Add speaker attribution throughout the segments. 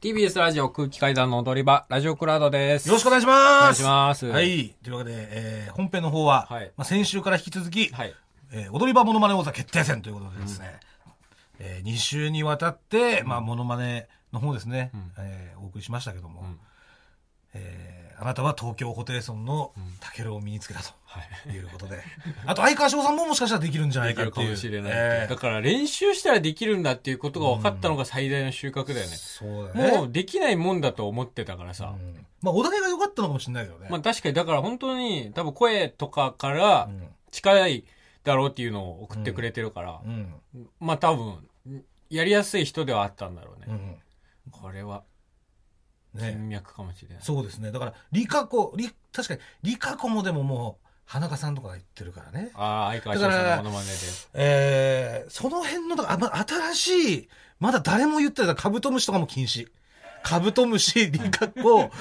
Speaker 1: TBS ラジオ空気階段の踊り場、ラジオクラウドです。
Speaker 2: よろしくお願いし
Speaker 1: お願
Speaker 2: ま
Speaker 1: いし
Speaker 2: す。
Speaker 1: ます。
Speaker 2: はい。というわけで、えー本編の方は、
Speaker 1: はい
Speaker 2: まあ、先週から引き続き、
Speaker 1: はい。
Speaker 2: えー踊り場モノマネ王座決定戦ということでですね、え2週にわたって、まあ、モノマネの方ですね、えーお送りしましたけども、
Speaker 1: ん
Speaker 2: えーあなたは東京ホテイソンのタケルを身につけたと
Speaker 1: はい
Speaker 2: いうことで、あと相川翔さんももしかしたらできるんじゃない
Speaker 1: でき
Speaker 2: かっ
Speaker 1: る
Speaker 2: て
Speaker 1: か
Speaker 2: いう。
Speaker 1: もしれない。
Speaker 2: えー
Speaker 1: だから練習したらできるんだっていうことが分かったのが最大の収穫だよね。
Speaker 2: そうだね。
Speaker 1: もうできないもんだと思ってたからさ
Speaker 2: う。んまあ、お題が良かったのかもしれないけどね。
Speaker 1: まあ確かに、だから本当に多分声とかから近いだろうっていうのを送ってくれてるから
Speaker 2: う、ん。
Speaker 1: まあ多分、やりやすい人ではあったんだろう
Speaker 2: う
Speaker 1: ね。
Speaker 2: ん。
Speaker 1: これは
Speaker 2: ね。
Speaker 1: 人脈かもしれない。
Speaker 2: そうですね。だから、リカコ、リ、確かに、リカコもでももう、花香さんとかが言ってるからね。
Speaker 1: ああ、相川翔さんのモノマネで。
Speaker 2: えー、その辺の、だからあま新しい、まだ誰も言ってない、カブトムシとかも禁止。カブトムシ、リカコ、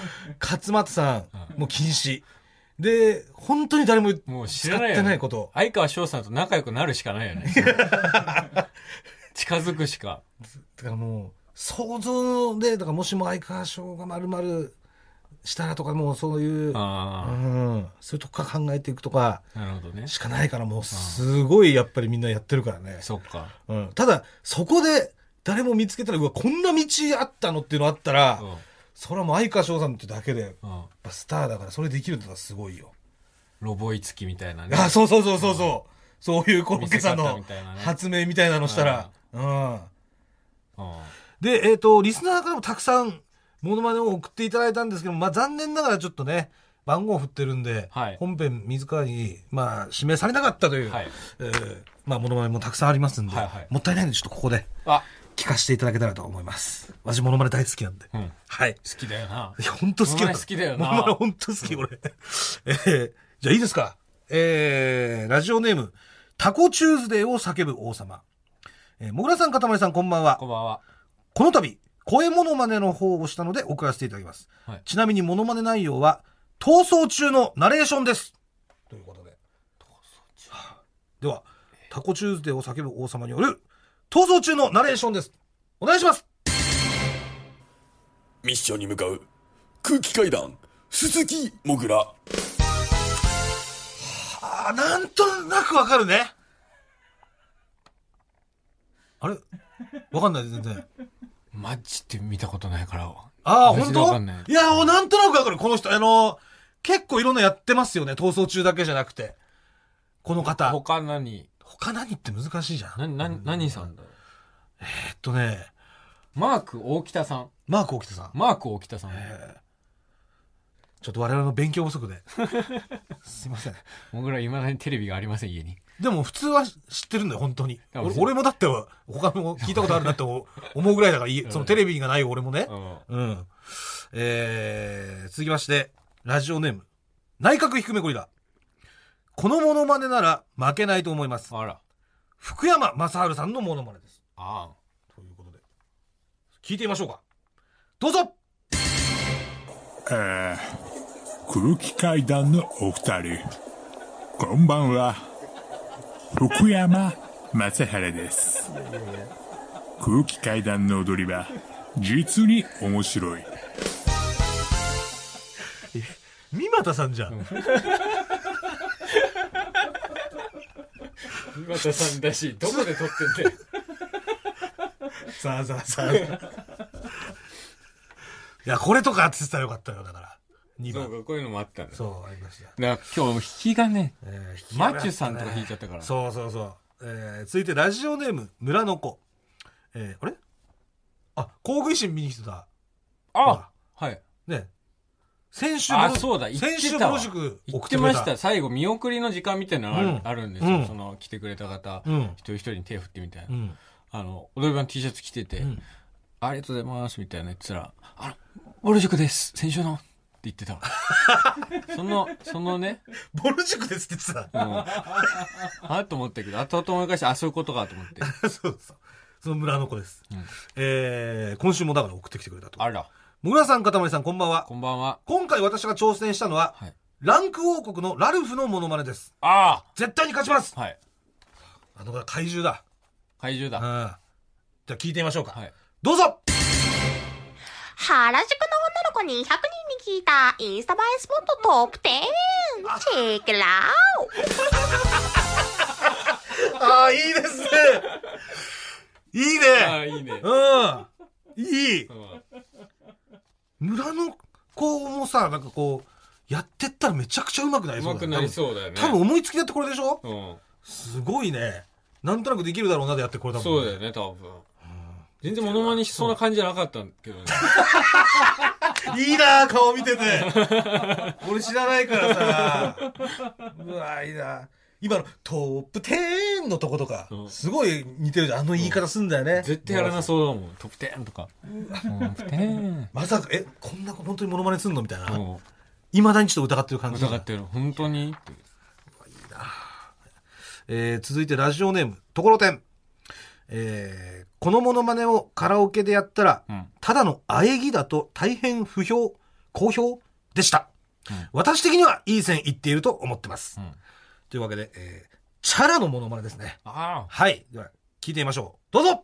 Speaker 2: 勝俣さん、もう禁止。で、本当に誰も
Speaker 1: もう知
Speaker 2: 使
Speaker 1: ら
Speaker 2: っ
Speaker 1: ないよね
Speaker 2: てないこと。
Speaker 1: 相川翔さんと仲良くなるしかないよ ね。近づくしか。
Speaker 2: だからもう、想像で、だからもしも相川翔が丸々したらとか、もうそういう、う
Speaker 1: あ
Speaker 2: ん、そういうとこから考えていくとか、
Speaker 1: あ、なるほどね。
Speaker 2: しかないからもうすごいやっぱりみんなやってるからね、
Speaker 1: そっか。
Speaker 2: うん、ただそこで誰も見つけたらうわこんな道あったのっていうのあったら、
Speaker 1: うん
Speaker 2: それはもう相川翔さんってだけでやっ
Speaker 1: うん。
Speaker 2: ぱスターだからそれできるってのはすごいよ、
Speaker 1: ロボイつきみたい なね。
Speaker 2: あそうそうそうそうそう、そういうコロッケさん
Speaker 1: 見せ方
Speaker 2: の
Speaker 1: みたいなね
Speaker 2: 発明みたいなのしたら、うん、
Speaker 1: うん
Speaker 2: でえっ、とリスナーからもたくさんモノマネを送っていただいたんですけど、まあ、残念ながらちょっとね番号を振ってるんで、
Speaker 1: はい
Speaker 2: 本編自らに、まあ、指名されなかったという、
Speaker 1: はい
Speaker 2: えーまあ、モノマネもたくさんありますんで、
Speaker 1: はいはい
Speaker 2: もったいないんでちょっとここで
Speaker 1: あ、
Speaker 2: 聞かせていただけたらと思います私モノマネ大好きなんで、
Speaker 1: うん。好
Speaker 2: はい
Speaker 1: きだよな。
Speaker 2: いや本当好きな
Speaker 1: モノマ
Speaker 2: ん
Speaker 1: ネ好きだよな
Speaker 2: モノマネ本当好き俺、えーじゃあいいですかえー、ラジオネームタコチューズデーを叫ぶ王様えー、もぐらさん、かたまりさん、こんばんは。
Speaker 1: こんばんは。
Speaker 2: この度、声モノマネの方をしたので送らせていただきます。
Speaker 1: はい
Speaker 2: ちなみにモノマネ内容は、逃走中のナレーションです。ということで。では、タコチューズデーを叫ぶ王様による、逃走中のナレーションです。お願いします
Speaker 3: ミッションに向かう空気階段鈴木もぐら
Speaker 2: あー、なんとなくわかるね。あれわかんない、全然。
Speaker 1: マジで見たことないから。
Speaker 2: ああ、
Speaker 1: マ
Speaker 2: 本
Speaker 1: ジでわか
Speaker 2: 当
Speaker 1: んない
Speaker 2: いや、おなんとなくわかる、この人。あの、結構いろんなやってますよね。逃走中だけじゃなくて。この方。
Speaker 1: 他何
Speaker 2: 他何って難しいじゃん。
Speaker 1: な、な、何さんだ
Speaker 2: えっとね、
Speaker 1: マーク大北さん。
Speaker 2: マーク沖田さん。
Speaker 1: マーク大北さん。
Speaker 2: ちょっと我々の勉強不 足で。すいません。
Speaker 1: 僕ら未だにテレビがありません、家に。
Speaker 2: でも普通は知ってるんだよ、本当に。
Speaker 1: あ
Speaker 2: 俺
Speaker 1: そう
Speaker 2: 俺もだっては他の聞いたことあるなって思う思うぐらいだからいい、そのテレビがない俺もね
Speaker 1: う。ん。
Speaker 2: うん。えー、続きまして、ラジオネーム。内閣低めゴリラ。このモノマネなら負けないと思います。
Speaker 1: あら。
Speaker 2: 福山雅治さんのモノマネです。
Speaker 1: あ
Speaker 2: ということで聞いてみましょうかどうぞ
Speaker 4: えー空気階段のお二人こんばんは福山雅治です空気階段の踊り場実に面白い
Speaker 2: 三又さんじゃん、
Speaker 1: あ。岩田さんだし、どこで撮ってんだよ。
Speaker 2: さあさあさあいやこれとか当ててたらよかったよだから 2
Speaker 1: そ
Speaker 2: 番
Speaker 1: うか、こういうのもあったんだ。
Speaker 2: そうありました、
Speaker 1: だから今日引きがね、
Speaker 2: えー
Speaker 1: マチュさんとか引いちゃったから。
Speaker 2: そうそうそう、えー続いてラジオネーム村の子、えーあれあ工具維新見に来てた
Speaker 1: あはい。
Speaker 2: ね先週
Speaker 1: あ、
Speaker 2: ぼろ
Speaker 1: そうだ、行って
Speaker 2: 先週
Speaker 1: た
Speaker 2: ぼ
Speaker 1: わ。
Speaker 2: ろ塾
Speaker 1: 行
Speaker 2: 送
Speaker 1: って
Speaker 2: く
Speaker 1: ま
Speaker 2: れ
Speaker 1: した。最後、見送りの時間みたいなのある,、
Speaker 2: うん
Speaker 1: あるんですよ、
Speaker 2: うん
Speaker 1: その、来てくれた方、
Speaker 2: うん
Speaker 1: 一人一人に手振ってみたいな。
Speaker 2: うん
Speaker 1: あの、踊り場の T シャツ着てて、
Speaker 2: ん
Speaker 1: ありがとうございます、みたいな言ってたら、あの、ぼる塾です、先週の、って言ってた わ。その、そのね、
Speaker 2: ぼろ塾ですって言って
Speaker 1: もう、あと思ったけど、後々思い返して、あ、そういうことかと思って。
Speaker 2: た そうそうその村の子です、
Speaker 1: うん
Speaker 2: えー今週もだから送ってきてくれたと
Speaker 1: あら、
Speaker 2: もぐらさん、かたまりさん、こんばんは。
Speaker 1: こんばんは。
Speaker 2: 今回私が挑戦したのは、
Speaker 1: はい
Speaker 2: ランク王国のラルフのモノマネです。
Speaker 1: あ
Speaker 2: 絶対に勝ちます
Speaker 1: あはい。
Speaker 2: あの、怪獣だ。
Speaker 1: 怪獣
Speaker 2: うん。じ
Speaker 1: だ。
Speaker 2: ゃあ聞いてみましょうか。
Speaker 1: はい。
Speaker 2: どうぞ
Speaker 5: 原宿の女の子に100人に聞いたインスタ映えスポットトップ10。チェックラウ
Speaker 2: ああ、いいですね。いい
Speaker 1: ああ、
Speaker 2: ね。
Speaker 1: いいね。
Speaker 2: うん。いい。
Speaker 1: うん
Speaker 2: 村の子もさ、なんかこう、やってったらめちゃくちゃうまくなり
Speaker 1: う
Speaker 2: そ
Speaker 1: ま
Speaker 2: うだ
Speaker 1: く
Speaker 2: よね
Speaker 1: なりそうだよね。
Speaker 2: 多分多分思いつきだってこれでしょ
Speaker 1: うん。
Speaker 2: すごいね。なんとなくできるだろうなでやってこれだもん
Speaker 1: そ
Speaker 2: ね
Speaker 1: うだよね、多分。全然モノマネしそうな感じじゃなかったけど ね。
Speaker 2: いいなあ顔見てて。俺知らないからさ。うわ、いいな今のトップ10のとことか
Speaker 1: う、ん
Speaker 2: すごい似てるじゃん。あの言い方すんだよね。
Speaker 1: 絶対やらなそうだもん。トップ10とか。 トップ10。
Speaker 2: まさか、え、こんな子本当にモノマネすんのみたいな。
Speaker 1: も
Speaker 2: いまだにちょっと疑ってる
Speaker 1: う
Speaker 2: 感じ。
Speaker 1: 疑ってる。本当にって
Speaker 2: えー続いてラジオネーム、ところてん。えーこのモノマネをカラオケでやったら、
Speaker 1: うん
Speaker 2: ただの喘ぎだと大変不評、好評でした。私的にはいい線いっていると思ってます。
Speaker 1: うん
Speaker 2: というわけで、えーチャラのモノマネですね。
Speaker 1: ああ。
Speaker 2: はい。では、聞いてみましょう。どうぞ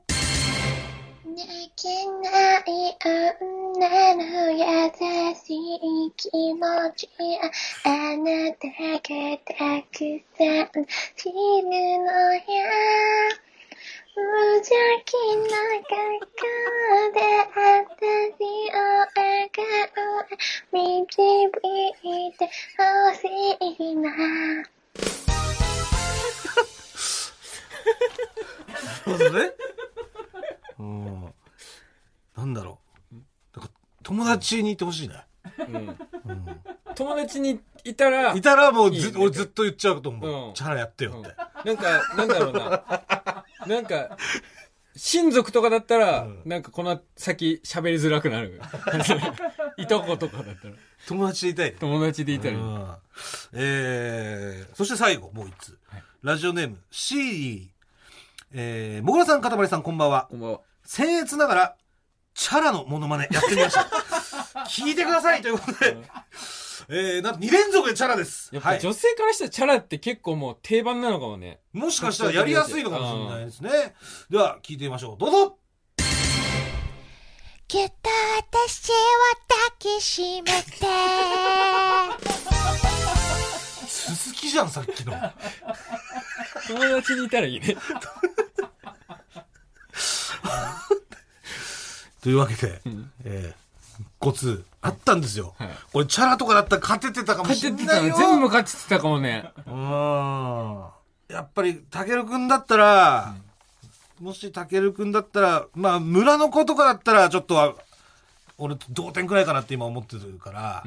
Speaker 6: 泣けない女の優しい気持ちあなたがたくさん知るのや無邪気な格好で私を笑顔へ導いてほしいな
Speaker 2: そうですね。 うん。なんだろう。なんか友達にいてほしいね。
Speaker 1: うん友達にいたら、
Speaker 2: いたらもうず
Speaker 1: いいね
Speaker 2: 俺ずっと言っちゃうと思う。
Speaker 1: うん
Speaker 2: チャラやってよ
Speaker 1: う
Speaker 2: っ
Speaker 1: ん
Speaker 2: て。
Speaker 1: なんか、なんだろう な。なんか、親族とかだったら、
Speaker 2: うん
Speaker 1: なんかこの先喋りづらくな る。いとことかだったら。
Speaker 2: 友達でいたいね。
Speaker 1: 友達でいたり。
Speaker 2: うんえーそして最後、もう一つ。ラジオネーム、シーリー。えー、もぐらさん、かたまりさん、こんばんは
Speaker 1: こ。んばんは。
Speaker 2: 僭越ながら、チャラのモノマネやってみ ました。聞いてくださいということで、えー、なんと2連続でチャラです。
Speaker 1: やっ
Speaker 2: は
Speaker 1: ぱ
Speaker 2: い。
Speaker 1: 女性からしたらチャラって結構もう定番なのかもね。
Speaker 2: もしかしたらやりやすいのかもしれないですね。では、聞いてみましょう。どうぞ
Speaker 6: きっと私を抱きしめて。
Speaker 2: 鈴木じゃん、さっきの。
Speaker 1: 友達にいたらいいね。
Speaker 2: というわけで、えー、ご通あったんですよ。
Speaker 1: はい
Speaker 2: これ、チャラとかだったら勝ててたかもし
Speaker 1: 勝
Speaker 2: れ
Speaker 1: っ
Speaker 2: な
Speaker 1: て
Speaker 2: い
Speaker 1: た
Speaker 2: よ。
Speaker 1: ら全部勝ってたかもね。
Speaker 2: うーんやっぱり、たけるくんだったら、もしたけるくんだったら、まあ、村の子とかだったら、ちょっとは、俺、同点くらいかなって今思ってるから、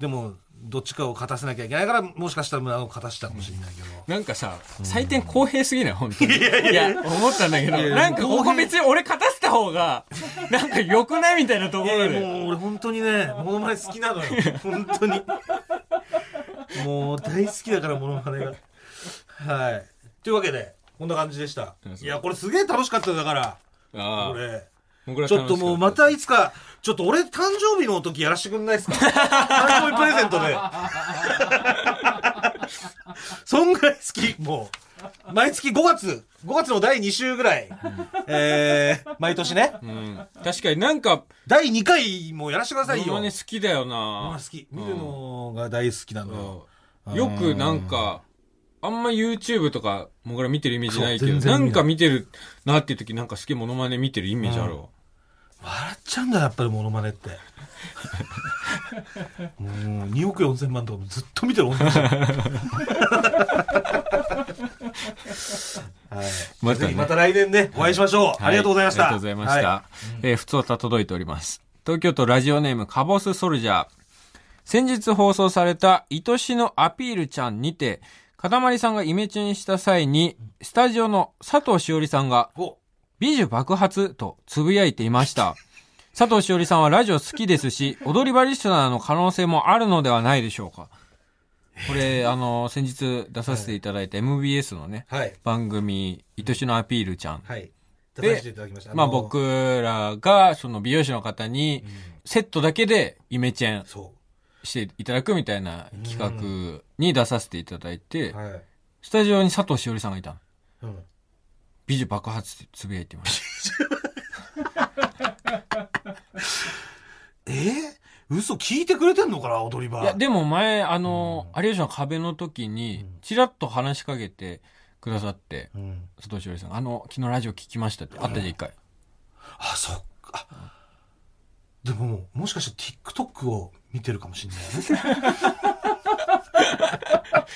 Speaker 2: でも、どっちかを勝たせなきゃいけないから、もしかしたら村の子勝たせたかもしれないけど。
Speaker 1: なんかさ、採点公平すぎない本当に。いや思ったんだけど、
Speaker 2: いや
Speaker 1: なんかここ別に俺勝たせた方が、なんか良くないみたいなとこ
Speaker 2: い
Speaker 1: ろ
Speaker 2: やいや
Speaker 1: で。
Speaker 2: もう俺本当にね、モノマネ好きな のよ。本当に。もう大好きだから、モノマネが。はい。というわけで、こんな感じでした。いや、これすげえ楽しかったよだから、
Speaker 1: ああ
Speaker 2: 俺。
Speaker 1: 僕ら楽
Speaker 2: ち
Speaker 1: し
Speaker 2: ょ
Speaker 1: か
Speaker 2: ったともうまたいつか、ちょっと俺誕生日の時やらしてくんないですか誕生日プレゼントで。 そんぐらい好き、もう。毎月5月、5月の第2週ぐらい。えー、毎年ね。
Speaker 1: うん確かになんか、
Speaker 2: 第2回もやらしてくださ
Speaker 1: モ
Speaker 2: い
Speaker 1: ノ
Speaker 2: よ。
Speaker 1: マネ好きだよ
Speaker 2: まあ
Speaker 1: な
Speaker 2: 好。き。見るのが大好きなのよ。
Speaker 1: うんよくなんか、あんま YouTube とか、もぐら見てるイメージないけ
Speaker 2: そう
Speaker 1: ど、
Speaker 2: 全然
Speaker 1: な
Speaker 2: 見ない
Speaker 1: んか見てるなっていう時なんかすげえモノマネ見てるイメージあるわ。
Speaker 2: 笑っちゃうんだよ、やっぱりモノマネって。もう2億4千万とかずっと見て る女じゃんはい
Speaker 1: またね
Speaker 2: ぜひまた来年ね、お会いしましょう。ありがとうございました。
Speaker 1: ありがとうございました。
Speaker 2: は
Speaker 1: えー、普通た届いております。東京都ラジオネーム、カボスソルジャー。先日放送された、愛しのアピールちゃんにて、かたまりさんがイメチェンした際に、スタジオの佐藤しおりさんが、
Speaker 2: いお
Speaker 1: 美女爆発とつぶやいていました。佐藤しおりさんはラジオ好きですし、踊りバリストナーの可能性もあるのではないでしょうか。これ、あの、先日出させていただいた MBS のね、
Speaker 2: はい。
Speaker 1: 番組、愛しのアピールちゃん。
Speaker 2: はい。出
Speaker 1: で
Speaker 2: させていただきました。
Speaker 1: まあ
Speaker 2: の
Speaker 1: 僕。らが、その美容師の方に、セットだけでイメチェン
Speaker 2: そ
Speaker 1: していただくみたいな企画に出させていただいて、
Speaker 2: う。はい。
Speaker 1: スタジオに佐藤しおりさんがいたの。
Speaker 2: うん
Speaker 1: 美女爆発ってつぶやいてまし
Speaker 2: えー、嘘聞いてくれてんのかな、踊り場。
Speaker 1: いや、でも前、あの、有吉の壁の時に、ちらっと話しかけてくださって、
Speaker 2: うん
Speaker 1: 佐藤栞里さん、あの、昨日ラジオ聞きましたって、あったじゃん、一回。
Speaker 2: あ、そっか。あでも、もしかして TikTok を見てるかもしれ ないね。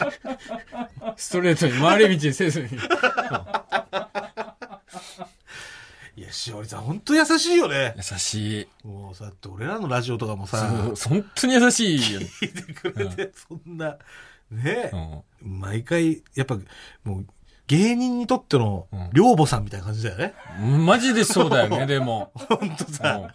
Speaker 1: ストレートに回り道せずに。
Speaker 2: いや、しおりさん、ほんと優しいよね。
Speaker 1: 優しい。
Speaker 2: もう、だって俺らのラジオとかもさ、
Speaker 1: そう本当に優しいよね。
Speaker 2: 聞いてくれて、 そんな、ね
Speaker 1: う、ん
Speaker 2: 毎回、やっぱ、もう、芸人にとっての
Speaker 1: ん、
Speaker 2: 寮母さんみたいな感じだよね。
Speaker 1: マジでそうだよね、でも。
Speaker 2: ほんとさ、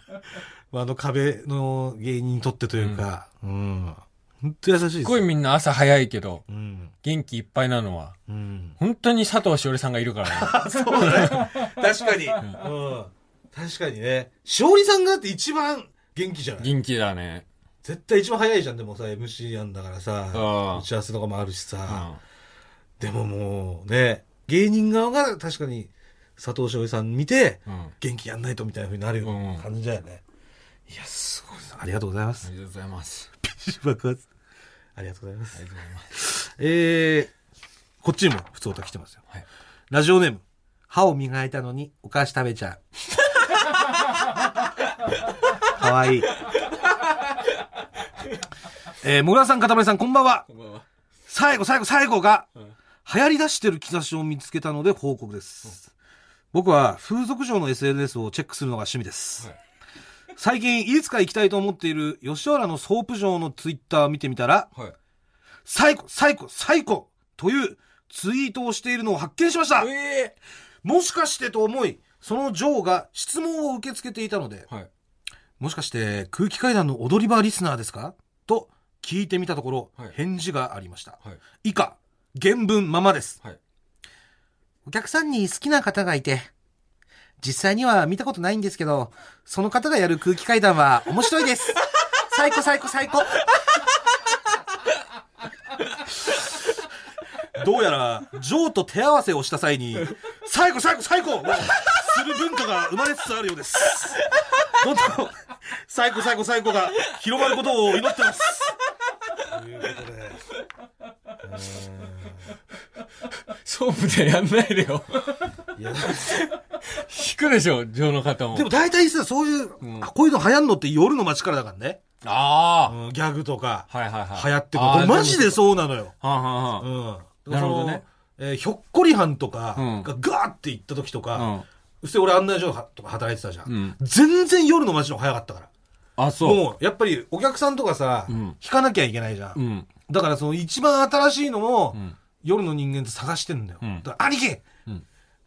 Speaker 2: まああの壁の芸人にとってというか、うん。ほんと優しいですす。
Speaker 1: ごいみんな朝早いけど、
Speaker 2: うん。
Speaker 1: 元気いっぱいなのは、
Speaker 2: うん。
Speaker 1: 本当に佐藤栞里さんがいる からね。
Speaker 2: あ、そうだね。確かに。うん。確かにね。しおりさんがだって一番元気じゃない
Speaker 1: 元気だね。
Speaker 2: 絶対一番早いじゃん。でもさ、MC やんだからさ
Speaker 1: あ、ー
Speaker 2: 打ち合わせとかもあるし
Speaker 1: う
Speaker 2: さ。
Speaker 1: ん
Speaker 2: でももうね、芸人側が確かに佐藤しおりさん見て、
Speaker 1: うん。
Speaker 2: 元気やんないとみたいな風になるよ
Speaker 1: うん
Speaker 2: うな感じだよね。いや、すごいな。ありがとうございま
Speaker 1: あ
Speaker 2: す。
Speaker 1: りがとうございます。
Speaker 2: 爆発。ありがとうございま
Speaker 1: あ
Speaker 2: す。
Speaker 1: りがとうございます。
Speaker 2: えー、こっちにも普通歌来てますよ。
Speaker 1: はい
Speaker 2: ラジオネーム、歯を磨いたのにお菓子食べちゃ う。かわいい。えー、もぐらさん、かたまりさん、こんばんは。最後、最後、最後が、流行り出してる兆しを見つけたので報告です。僕は風俗嬢の SNS をチェックするのが趣味です。最近、いつか行きたいと思っている吉原のソープ嬢のツイッターを見てみたら、
Speaker 1: はい。
Speaker 2: 最高、最高、最高というツイートをしているのを発見しました
Speaker 1: え
Speaker 2: もしかしてと思い、そのジョーが質問を受け付けていたので、
Speaker 1: はい。
Speaker 2: もしかして空気階段の踊り場リスナーですかと聞いてみたところ、
Speaker 1: はい
Speaker 2: 返事がありました。
Speaker 1: はい。
Speaker 2: 以下、原文ままです。
Speaker 1: はい。
Speaker 2: お客さんに好きな方がいて、実際には見たことないんですけど、その方がやる空気階段は面白い です。最高最高最高。どうやら、ジョーと手合わせをした際に、最高最高最高をする文化が生まれつつあるようです。どんどん、最高最高最高が広まることを祈ってます。ということで。
Speaker 1: ソープでやんないでよ。
Speaker 2: いや
Speaker 1: 引くでしょ、上の方も。
Speaker 2: でも大体さ、そういう、あこういうの流行んのって夜の街からだからね。
Speaker 1: あ
Speaker 2: うんギャグとか、
Speaker 1: あ。はいはいはい。
Speaker 2: 流行ってるこれマジで
Speaker 1: う。
Speaker 2: そうなのよ。
Speaker 1: はんはんはん。
Speaker 2: うん。
Speaker 1: なるほどね
Speaker 2: その。えーひょっこりはんとか
Speaker 1: うん
Speaker 2: がガーって行った時と
Speaker 1: うん
Speaker 2: か、そして俺案内所とか働いてたじゃん。
Speaker 1: うん
Speaker 2: 全然夜の街の方が早かったから。
Speaker 1: あ、そう。
Speaker 2: もう、やっぱりお客さんとかさ、
Speaker 1: うん
Speaker 2: 引かなきゃいけないじゃん。
Speaker 1: うん。
Speaker 2: だからその一番新しいのを
Speaker 1: ん
Speaker 2: 夜の人間って探してんだよ。
Speaker 1: うん
Speaker 2: だから兄貴、
Speaker 1: ん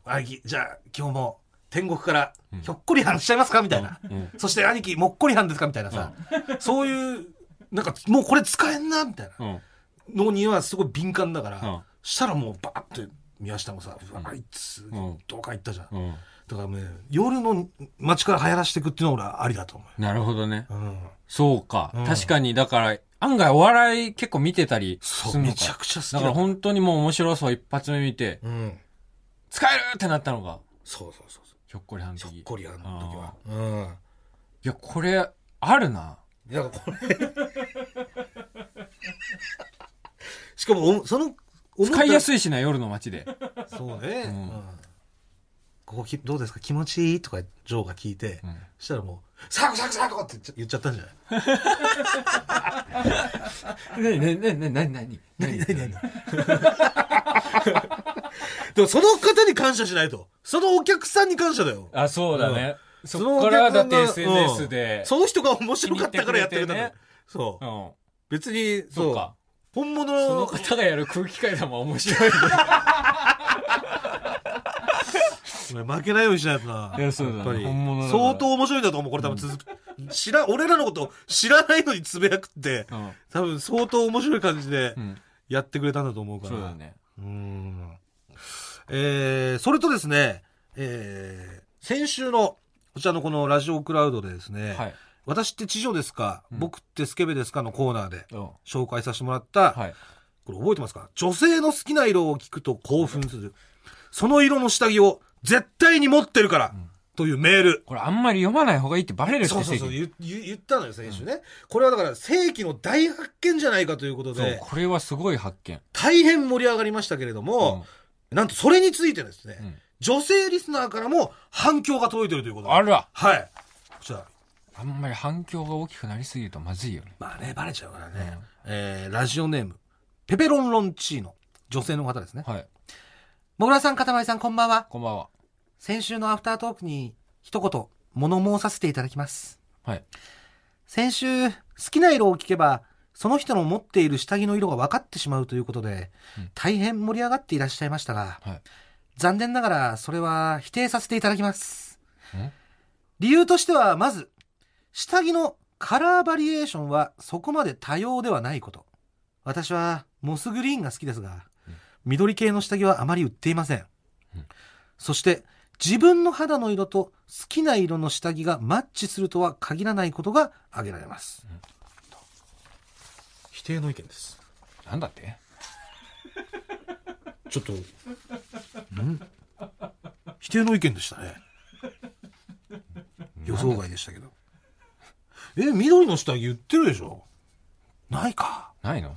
Speaker 2: 兄貴、じゃあ今日も天国からひょっこりはんしちゃいますかみたいな、
Speaker 1: ん
Speaker 2: そして兄貴、もっこりはんですかみたいなさ。そういう、なんかもうこれ使えんなみたいな。
Speaker 1: うん。
Speaker 2: のにはすごい敏感だから、
Speaker 1: うん
Speaker 2: したらもうバーって宮下もさ、うわ、あいつ
Speaker 1: ん、
Speaker 2: どうか行ったじゃん。
Speaker 1: うん。
Speaker 2: だからね、夜の街から流行らしていくっていうのは俺はありだと思うよ。
Speaker 1: なるほどね。
Speaker 2: うん。
Speaker 1: そうか。確かに、だから、案外お笑い結構見てたりす
Speaker 2: そう、
Speaker 1: るのか。
Speaker 2: めちゃくちゃ好き
Speaker 1: だから本当にもう面白そう一発目見て、
Speaker 2: うん。
Speaker 1: 使えるってなったのが、
Speaker 2: そうそうそうそう。
Speaker 1: ひょっこりはんの
Speaker 2: ひょっ
Speaker 1: 時。い
Speaker 2: こりあの時は。うん。
Speaker 1: や、これ、あるな。
Speaker 2: いや、これ。 しかもお、その、
Speaker 1: 使いや
Speaker 2: い。
Speaker 1: すいしな、夜の 街で。
Speaker 2: そうね。うんん。ここきどうですか気持ちいいとか、ジョーが聞いて、
Speaker 1: ん
Speaker 2: したらもう、サコサコサコって言っちゃ言っちゃったんじゃない
Speaker 1: ねねねねねね
Speaker 2: 何何何でもその方に感謝しないと。そのお客さんに感謝だよ。
Speaker 1: あ、そうだね。
Speaker 2: そ
Speaker 1: そ
Speaker 2: の
Speaker 1: っ
Speaker 2: お
Speaker 1: か
Speaker 2: 客さ
Speaker 1: ら
Speaker 2: ん
Speaker 1: だって
Speaker 2: が
Speaker 1: SNS で
Speaker 2: うん。その人が面白かったからやってくれたんだ
Speaker 1: 気に入ってくれて
Speaker 2: よ
Speaker 1: ね
Speaker 2: そうう。
Speaker 1: ん。
Speaker 2: 別に、
Speaker 1: そ
Speaker 2: そうう
Speaker 1: か。。
Speaker 2: 本物
Speaker 1: その
Speaker 2: の、
Speaker 1: 方がやる空気階段も面白いね。
Speaker 2: お前負けないようにしないとな。
Speaker 1: いやそうだね
Speaker 2: やっぱり
Speaker 1: 本物だから
Speaker 2: 相当面白いんだと思う。これ多分続く。知ら、俺らのこと知らないのにつぶやくって、
Speaker 1: うん。
Speaker 2: 多分相当面白い感じで
Speaker 1: うん。
Speaker 2: やってくれたんだと思うから。
Speaker 1: そうだね。
Speaker 2: うーんえー、それとですね、えー、先週の、こちらのこのラジオクラウドでですね、
Speaker 1: はい。
Speaker 2: 私って知女ですか、僕ってスケベですかのコーナーで
Speaker 1: うん。
Speaker 2: 紹介させてもらった、
Speaker 1: はい。
Speaker 2: これ覚えてますか女性の好きな色を聞くと興奮する。その色の下着を絶対に持ってるから、というメール。
Speaker 1: これあんまり読まない方がいいってバレるって
Speaker 2: そうそうそう、
Speaker 1: 関
Speaker 2: 言言言ったのよ、先週ね。これはだから、世紀の大発見じゃないかということ
Speaker 1: そう
Speaker 2: で、
Speaker 1: これはすごい発見。
Speaker 2: 大変盛り上がりましたけれども、なんとそれについてですね、
Speaker 1: うん
Speaker 2: 女性リスナーからも反響が届いてるということで
Speaker 1: あら
Speaker 2: はい。こちら。
Speaker 1: あんまり反響が大きくなりすぎるとまずいよね。
Speaker 2: まあね、バレちゃうからね。えー、ラジオネーム、ペペロンロンチーノ。女性の方ですね。
Speaker 1: はい。
Speaker 2: もぐらさん、かたまりさん、こんばんは。
Speaker 1: こんばんは。
Speaker 2: 先週のアフタートークに、一言、物申させていただきます。
Speaker 1: はい。
Speaker 2: 先週、好きな色を聞けば、その人の持っている下着の色が分かってしまうということで、大変盛り上がっていらっしゃいましたが、
Speaker 1: はい。
Speaker 2: 残念ながら、それは否定させていただきます
Speaker 1: ん。
Speaker 2: 理由としては、まず、下着のカラーバリエーションはそこまで多様ではないこと。私は、モスグリーンが好きですが、緑系の下着はあまり売っていません。そして、自分の肌の色と好きな色の下着がマッチするとは限らないことが挙げられます。と否定の意見です。
Speaker 1: なんだって
Speaker 2: ちょっと、ん否定の意見でしたね。予想外でしたけど。え、緑の下着言ってるでしょないか。
Speaker 1: ないの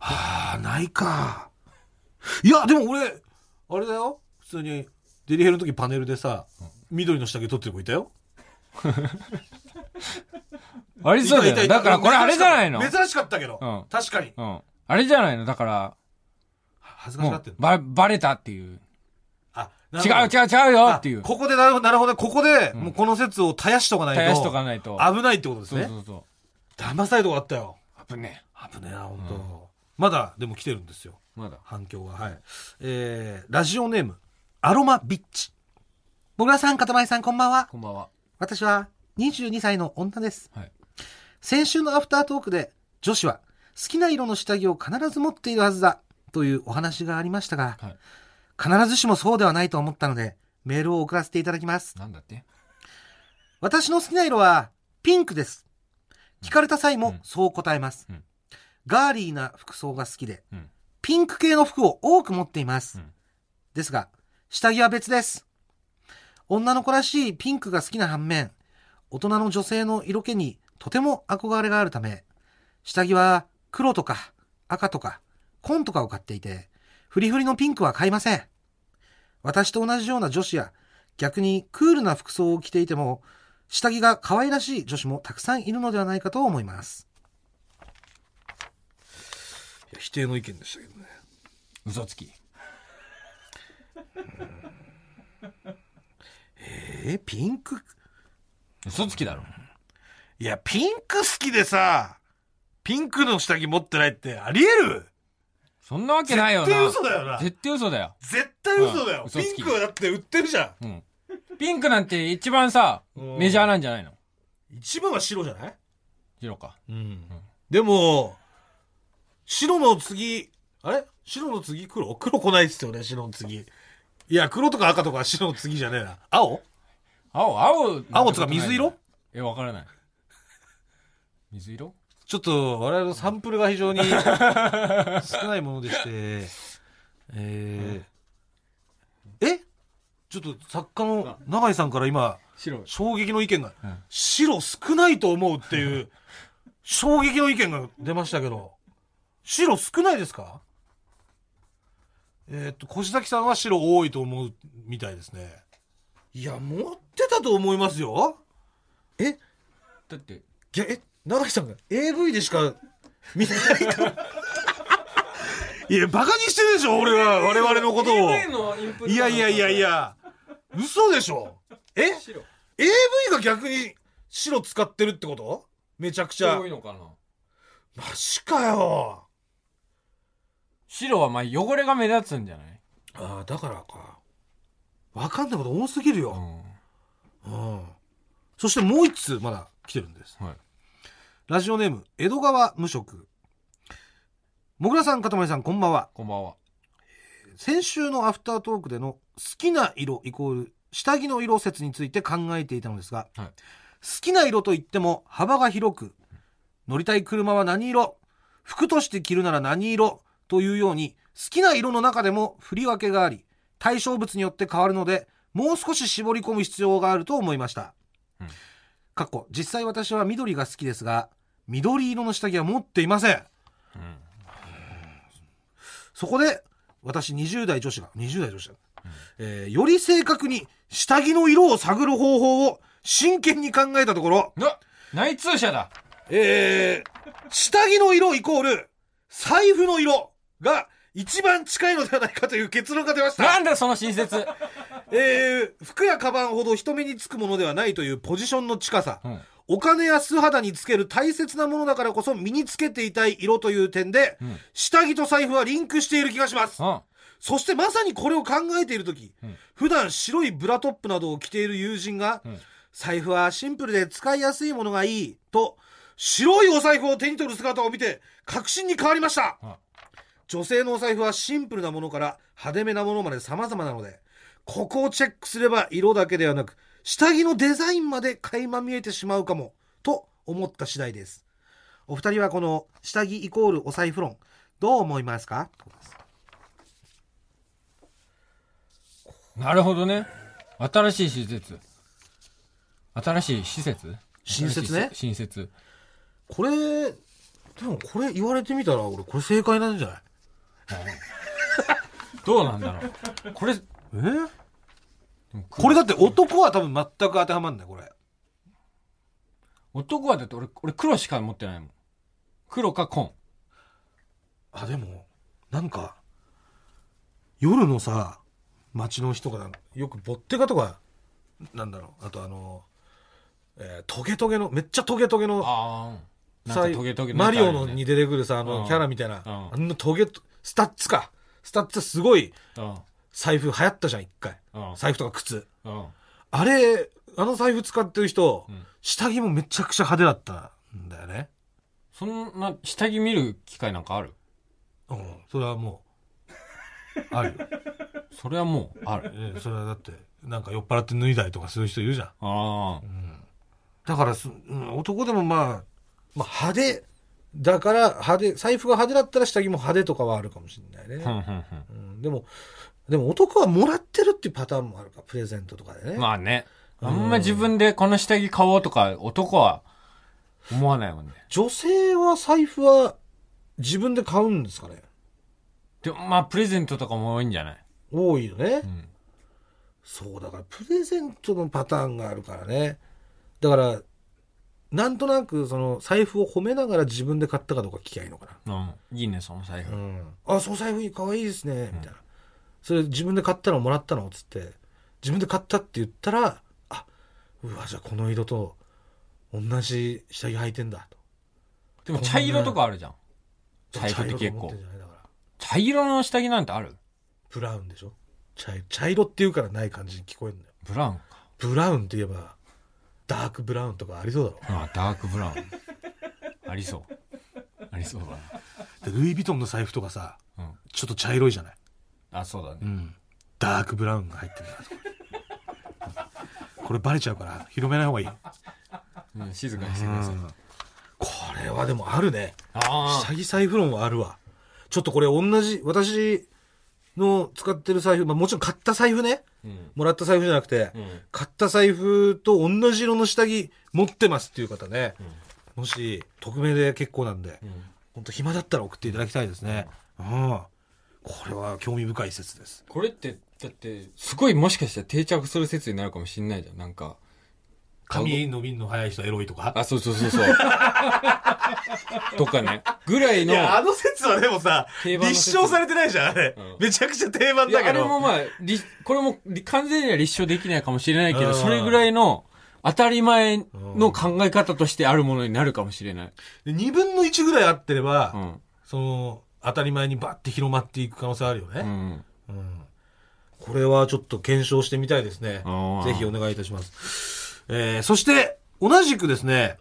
Speaker 2: あー、ないか。いや、でも俺、あれだよ。普通に、デリヘルの時パネルでさ、緑の下着撮ってる子いたよ。
Speaker 1: ありそうだよね。
Speaker 2: いたいた
Speaker 1: だからこれあれじゃないの
Speaker 2: 珍しかったけど。
Speaker 1: うん
Speaker 2: 確かに。
Speaker 1: うん。あれじゃないのだから、
Speaker 2: 恥ずかし
Speaker 1: も
Speaker 2: がっ
Speaker 1: う
Speaker 2: てる、。
Speaker 1: ば、ばれたっていう。
Speaker 2: あ、
Speaker 1: 違
Speaker 2: 違
Speaker 1: う違う違うよっていう。
Speaker 2: ここで、なるほど、なるほど。ここで、もうこの説を絶やしとかないと。
Speaker 1: 絶やしとかないと
Speaker 2: 危ないってことです
Speaker 1: そう
Speaker 2: ね。
Speaker 1: そうそ
Speaker 2: 騙されたとこあったよ。
Speaker 1: う。危ね
Speaker 2: 危ねえな、本当、まだ、でも来てるんですよ。
Speaker 1: え。まだ。
Speaker 2: 反響が。はい。えー、ラジオネーム、アロマビッチ。僕らさん、かたまりさん、こんばんは。
Speaker 1: こんばんは。
Speaker 2: 私は、22歳の女です。
Speaker 1: はい。
Speaker 2: 先週のアフタートークで、女子は、好きな色の下着を必ず持っているはずだ、というお話がありましたが、
Speaker 1: はい
Speaker 2: 必ずしもそうではないと思ったので、メールを送らせていただきます。
Speaker 1: なんだって
Speaker 2: 私の好きな色はピンクです。聞かれた際
Speaker 1: う
Speaker 2: も
Speaker 1: ん
Speaker 2: そう答えます。
Speaker 1: うん
Speaker 2: ガーリーな服装が好きで、
Speaker 1: うん
Speaker 2: ピンク系の服を多く持っています。
Speaker 1: うん
Speaker 2: ですが、下着は別です。女の子らしいピンクが好きな反面、大人の女性の色気にとても憧れがあるため、下着は黒とか赤とか紺とかを買っていて、フリフリのピンクは買いません。私と同じような女子や、逆にクールな服装を着ていても、下着が可愛らしい女子もたくさんいるのではないかと思います。いや否定の意見でしたけどね。
Speaker 1: 嘘つき。
Speaker 2: えーピンク
Speaker 1: 嘘つきだろ。
Speaker 2: いや、ピンク好きでさ、ピンクの下着持ってないってありえる
Speaker 1: そんなわけないよな。
Speaker 2: 絶対嘘だよな
Speaker 1: 絶対嘘だよ。
Speaker 2: 絶対嘘だよ、
Speaker 1: うん嘘つき
Speaker 2: ピンクはだって売ってるじゃ
Speaker 1: うん。ピンクなんて一番さ、
Speaker 2: うん
Speaker 1: メジャーなんじゃないの
Speaker 2: ん一番は白じゃない
Speaker 1: ジローか。
Speaker 2: うん。でも、白の次、あれ白の次黒黒来ないっすよね、白の次。いや、黒とか赤とか白の次じゃねえな。青
Speaker 1: 青、青。
Speaker 2: 青とか水色
Speaker 1: え、わからない。水色
Speaker 2: ちょっと、我々のサンプルが非 常に少ないものでして、えーえちょっと作家の永井さんから今、
Speaker 1: 白。
Speaker 2: 衝撃の意見が
Speaker 1: ん、
Speaker 2: 白少ないと思うっていう、衝撃の意見が出ましたけど、白少ないですかえーっと、越崎さんは白多いと思うみたいですね。いや、持ってたと思いますよ。え
Speaker 1: だって、
Speaker 2: いや、え、長井さんが AV でしか見てないと。 いや、バカにしてるでしょ、俺は、我々のことを。いやいやいやいや、嘘でしょ。え ?AV が逆に白使ってるってことめちゃくちゃ
Speaker 1: 多。いのかな
Speaker 2: マジかよ。
Speaker 1: 白はまあ汚れが目立つんじゃない
Speaker 2: ああ、だからか。わかんないこと多すぎる
Speaker 1: う
Speaker 2: よ。
Speaker 1: ん。
Speaker 2: うん。そしてもう一通まだ来てるんです。
Speaker 1: はい。
Speaker 2: ラジオネーム、江戸川無職。もぐらさん、かたまりさん、こんばんは。
Speaker 1: こんばんは。
Speaker 2: 先週のアフタートークでの好きな色イコール下着の色説について考えていたのですが、
Speaker 1: はい
Speaker 2: 好きな色といっても幅が広く乗りたい車は何色服として着るなら何色というように好きな色の中でも振り分けがあり対象物によって変わるのでもう少し絞り込む必要があると思いました、
Speaker 1: うん
Speaker 2: かっこ実際私は緑が好きですが緑色の下着は持っていません
Speaker 1: うん
Speaker 2: そこで私20代女子が20代女子だ、えーより正確に下着の色を探る方法を真剣に考えたところ、
Speaker 1: な内通者だ
Speaker 2: えー下着の色イコール財布の色が一番近いのではないかという結論が出ました
Speaker 1: なんだその親切
Speaker 2: えー服やカバンほど人目につくものではないというポジションの近さ、
Speaker 1: うん
Speaker 2: お金や素肌につける大切なものだからこそ身につけていたい色という点で、
Speaker 1: ん
Speaker 2: 下着と財布はリンクしている気がします、
Speaker 1: うん
Speaker 2: そしてまさにこれを考えている時、
Speaker 1: ん
Speaker 2: 普段白いブラトップなどを着ている友人が、
Speaker 1: ん
Speaker 2: 財布はシンプルで使いやすいものがいいと白いお財布を手に取る姿を見て確信に変わりました、
Speaker 1: うん
Speaker 2: 女性のお財布はシンプルなものから派手めなものまで様々なのでここをチェックすれば色だけではなく下着のデザインまで垣間見えてしまうかもと思った次第ですお二人はこの下着イコールお財布論どう思いますか
Speaker 1: なるほどね新しい施設新しい施設
Speaker 2: 新設ね
Speaker 1: 新設
Speaker 2: これ、でもこれ言われてみたら、俺これ正解なんじゃない
Speaker 1: どうなんだろうこれ
Speaker 2: えこれだって男は多分全く当てはまんない、これ。
Speaker 1: 男はだって俺俺黒しか持ってないもん黒か紺
Speaker 2: あ、でも、なんか、夜のさ、街の人が、よくボッテガとか、なんだろう、あとあの、えートゲトゲの、めっちゃトゲトゲの、
Speaker 1: ああ
Speaker 2: さマリオのに出てくるさ、あ
Speaker 1: うん
Speaker 2: の、キャラみたいな、
Speaker 1: うん
Speaker 2: あんなトゲト、スタッツか。スタッツすごい
Speaker 1: うん
Speaker 2: 財布流行ったじゃん、一回。
Speaker 1: うん
Speaker 2: 財布とか靴。
Speaker 1: うん
Speaker 2: あれ、あの財布使ってる人、
Speaker 1: ん
Speaker 2: 下着もめちゃくちゃ派手だったんだよね。
Speaker 1: そんな下着見る機会なんかある
Speaker 2: うん。それはもう、あるよ。
Speaker 1: それはもう ある
Speaker 2: ええそれはだって、なんか酔っ払って脱いだりとかする人いるじゃん。
Speaker 1: ああ
Speaker 2: だからす、うん男でもまあ、まあ派手。だから派手、財布が派手だったら下着も派手とかはあるかもしれない
Speaker 1: ふ
Speaker 2: ね。
Speaker 1: んふんふ
Speaker 2: うん、でも、でも男はもらってるっていうパターンもあるから、プレゼントとかでね。
Speaker 1: んまあねあんま自分でこの下着買おうとか男は思わないもんね
Speaker 2: 女性は財布は自分で買うんですかね
Speaker 1: でもまあプレゼントとかも多いんじゃない
Speaker 2: 多いよね、
Speaker 1: ん
Speaker 2: そうだからプレゼントのパターンがあるからねだからなんとなくその財布を褒めながら自分で買ったかどうか聞きゃいいのか
Speaker 1: うんいいねその財布
Speaker 2: な、うん、あその財布かわいいですねみたいな、それ自分で買ったのもらったのっつって自分で買ったって言ったらあうわじゃあこの色と同じ下着履いてんだと
Speaker 1: でも茶色とかあるじゃん財布
Speaker 2: 茶
Speaker 1: って
Speaker 2: 色と
Speaker 1: 結
Speaker 2: 思っ
Speaker 1: 構
Speaker 2: てんじゃないだから
Speaker 1: 茶色の下着なんてある
Speaker 2: ブラウンでしょ茶茶色っていうからない感じに聞こえるんだよ
Speaker 1: ブラウンか
Speaker 2: ブラウンって言えばダークブラウンとかありそうだろ
Speaker 1: ああダークブラウン ありそうありそうだな
Speaker 2: でルイ・ヴィトンの財布とかさ、
Speaker 1: うん
Speaker 2: ちょっと茶色いじゃない、
Speaker 1: あそうだね
Speaker 2: ダークブラウンが入ってるからそこにこれバレちゃうから広めない方がいい、
Speaker 1: うん静かにしてください
Speaker 2: これはでもあるね
Speaker 1: あ
Speaker 2: 下着財布論はあるわちょっとこれ同じ私の使ってる財布、まあ、もちろん買った財布ね、
Speaker 1: ん
Speaker 2: もらった財布じゃなくて、
Speaker 1: ん
Speaker 2: 買った財布と同じ色の下着持ってますっていう方ね、もし匿名で結構なんで、本当暇だったら送っていただきたいですね、うんこれは興味深い説です
Speaker 1: これってだってすごいもしかしたら定着する説になるかもしんないじゃんなんか
Speaker 2: 髪伸びんの早い人エロいとか
Speaker 1: あそうそう そうそうとかねぐらいの
Speaker 2: いやあの説はでもさ
Speaker 1: 定番の説
Speaker 2: 立証されてないじゃんあれ、
Speaker 1: ん
Speaker 2: めちゃくちゃ定番
Speaker 1: い
Speaker 2: だ
Speaker 1: や
Speaker 2: け
Speaker 1: あ
Speaker 2: ど
Speaker 1: れもまありこれもり完全には立証できないかもしれないけ
Speaker 2: う
Speaker 1: ど
Speaker 2: ん
Speaker 1: それぐらいの当たり前の考え方としてあるものになるかもしれない、
Speaker 2: で2分の1ぐらいあってれば、
Speaker 1: うん
Speaker 2: その当たり前にバッて広まっていく可能性あるよ
Speaker 1: う
Speaker 2: ね、
Speaker 1: ん、
Speaker 2: これはちょっと検証してみたいですね
Speaker 1: あー
Speaker 2: ぜひお願いいたします、えー、そして同じくですね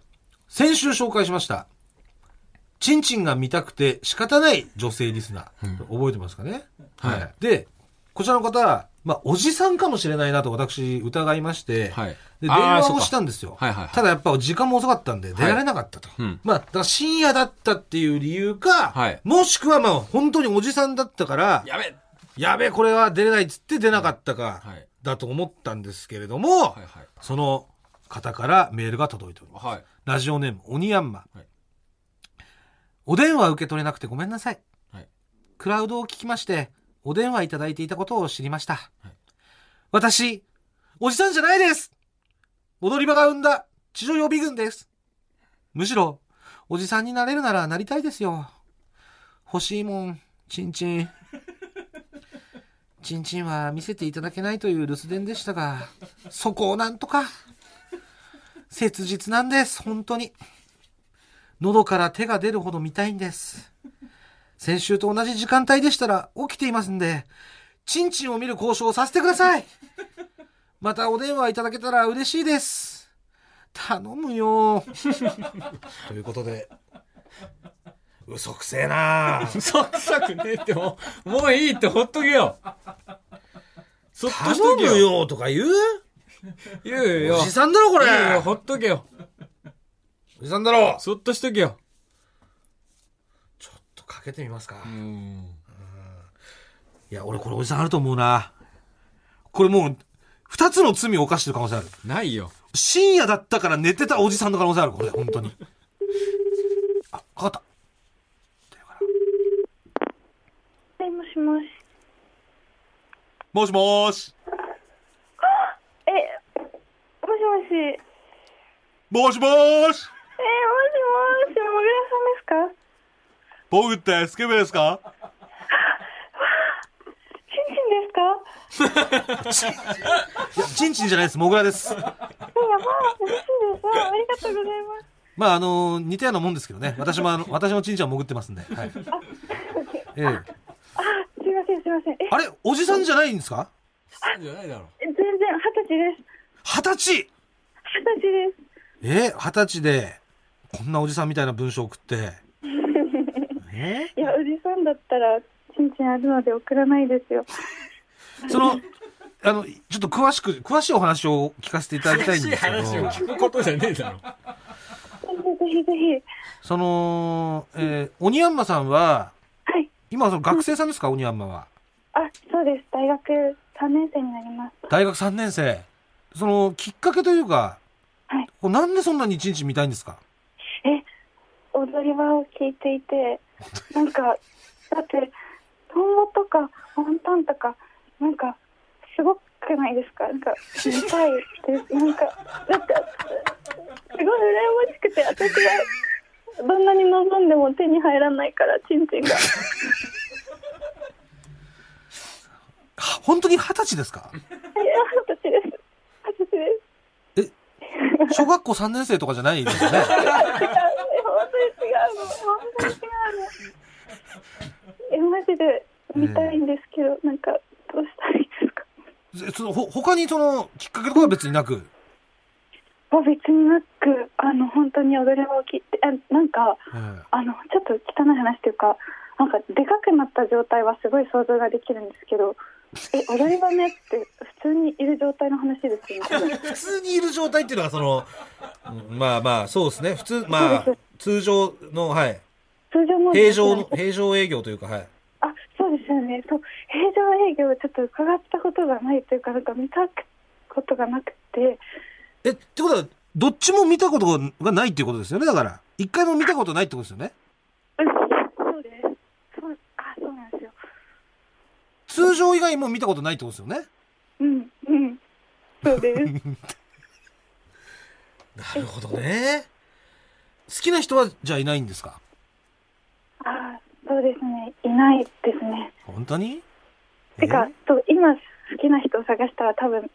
Speaker 2: 先週紹介しましたチンチンが見たくて仕方ない女性リスナー、覚えてますかね、
Speaker 1: はい
Speaker 2: でこちらの方まあおじさんかもしれないなと私疑いまして、
Speaker 1: はい
Speaker 2: で電
Speaker 1: あー
Speaker 2: 話
Speaker 1: そっ
Speaker 2: を
Speaker 1: か
Speaker 2: したんですよ、
Speaker 1: はいはいはい
Speaker 2: ただやっぱ時間も遅かったんで出られなかったと、
Speaker 1: うん
Speaker 2: まあだから深夜だったっていう理由か、
Speaker 1: はい
Speaker 2: もしくはまあ本当におじさんだったから
Speaker 1: やべ
Speaker 2: やべえ、これは出れないっつって出なかったか。
Speaker 1: はい
Speaker 2: だと思ったんですけれども、
Speaker 1: はいはい。
Speaker 2: その方からメールが届いております。
Speaker 1: はい。
Speaker 2: ラジオネーム、オニヤンマ。
Speaker 1: はい
Speaker 2: お電話受け取れなくてごめんなさい。
Speaker 1: はい
Speaker 2: クラウドを聞きまして、お電話いただいていたことを知りました。
Speaker 1: い
Speaker 2: 私、おじさんじゃないです戻り場が生んだ地上予備軍です。むしろ、おじさんになれるならなりたいですよ。欲しいもん、ちんちん。 ちんちんは見せていただけないという留守電でしたが、そこをなんとか。切実なんです、本当に。喉から手が出るほど見たいんです。先週と同じ時間帯でしたら起きていますんで、チンチンを見る交渉をさせてください。またお電話いただけたら嬉しいです。頼むよ。ということで、嘘くせえなあ
Speaker 1: 嘘くさくねえってもう、もういいってほっとけよ。そっとし
Speaker 2: 頼
Speaker 1: とけよ。
Speaker 2: むよとか言う
Speaker 1: 言うよ。
Speaker 2: おじさんだろ、これ。
Speaker 1: いいよほっとけよ。
Speaker 2: おじさんだろ。
Speaker 1: そっとしとけよ。
Speaker 2: ちょっとかけてみますか。
Speaker 1: うん。
Speaker 2: いや、俺これおじさんあると思うな。これもう、二つの罪を犯してる可能性ある。
Speaker 1: ないよ。
Speaker 2: 深夜だったから寝てたおじさんの可能性ある、これ、本当に。あ、かかった。
Speaker 7: はい、もしもし。
Speaker 2: もしもーし。
Speaker 7: え、もしもし。えー、もし
Speaker 2: もしもーし。
Speaker 7: もし、もぐらさんですか
Speaker 2: 僕ってスケベですか
Speaker 7: ちんちんですか
Speaker 2: いや、チンチンじゃないです、モグラです。
Speaker 7: え、やばい、嬉しいです。あありがとうございます。
Speaker 2: まあ、あの似たようなもんですけどね。私も、あの、私もチンチンは潜ってますんで。はい。ええ
Speaker 7: すいません、すいません。え、
Speaker 2: あれ、おじさんじゃないんですか
Speaker 1: じゃないだろ。
Speaker 7: 全然、二十歳です。
Speaker 2: 二十歳
Speaker 7: 二十歳です。
Speaker 2: え二十歳で、こんなおじさんみたいな文章送って。え
Speaker 7: いや、おじさんだったら、ちんちんあるので送らないですよ。
Speaker 2: その、あの、ちょっと詳しく、詳しいお話を聞かせていただきたいん
Speaker 1: しい
Speaker 2: ですけど、
Speaker 1: 話を聞くことじゃねえだろ。
Speaker 7: ぜひぜひぜひ。
Speaker 2: その、えー、オニヤンマさんは、
Speaker 7: はい。
Speaker 2: 今その学生さんですか、オニヤンマは。
Speaker 7: あ、そうです。大学三年生になります。
Speaker 2: 大学3年生。その、きっかけというか、
Speaker 7: はい
Speaker 2: こうなんでそんなに一日見たいんですか
Speaker 7: え、踊り場を聞いていて、なんか、だって、トンボとか、ワンタンとか、なんか、すごくないですかなんか、見たいです。なんか、なんか、すごい羨ましくて、私が、どんなに望んでも手に入らないから、チンチンが。
Speaker 2: は本当に二十歳ですか
Speaker 7: いや、私です。私です。
Speaker 2: 小学校3年生とかじゃないですよね。
Speaker 7: 違う、本当に違うの。本当に違うの。え、マジで、見たいんですけど、なんか、どうしたらいいですか
Speaker 2: えそのほ他にその、きっかけとかは別になく。
Speaker 7: あ別になくあの本当に踊り場を切ってあなんか
Speaker 2: えー
Speaker 7: あのちょっと汚い話というかなんかでかくなった状態はすごい想像ができるんですけどえ踊り場のやつって普通にいる状態の話ですよね
Speaker 2: 普通にいる状態っていうのがその、うんまあまあ、そうですね。普通、まあ、通常の、はい。
Speaker 7: 通常 の
Speaker 2: 平常の、平常営業というか、はい。
Speaker 7: あそうですよねそう平常営業をちょっと伺ったことがないというかなんか見たことがなくて
Speaker 2: え、ってことは、どっちも見たことがないっていうことですよね、だから。一回も見たことないってことですよね。
Speaker 7: うんそうですそうあそうなんですよ
Speaker 2: 通常以外も見たことないってことですよね。
Speaker 7: うんうんそうです
Speaker 2: なるほどね。好きな人は、じゃあいないんですか
Speaker 7: あそうですねいないですね
Speaker 2: 本当に
Speaker 7: てか、と今好きな人を探したら多分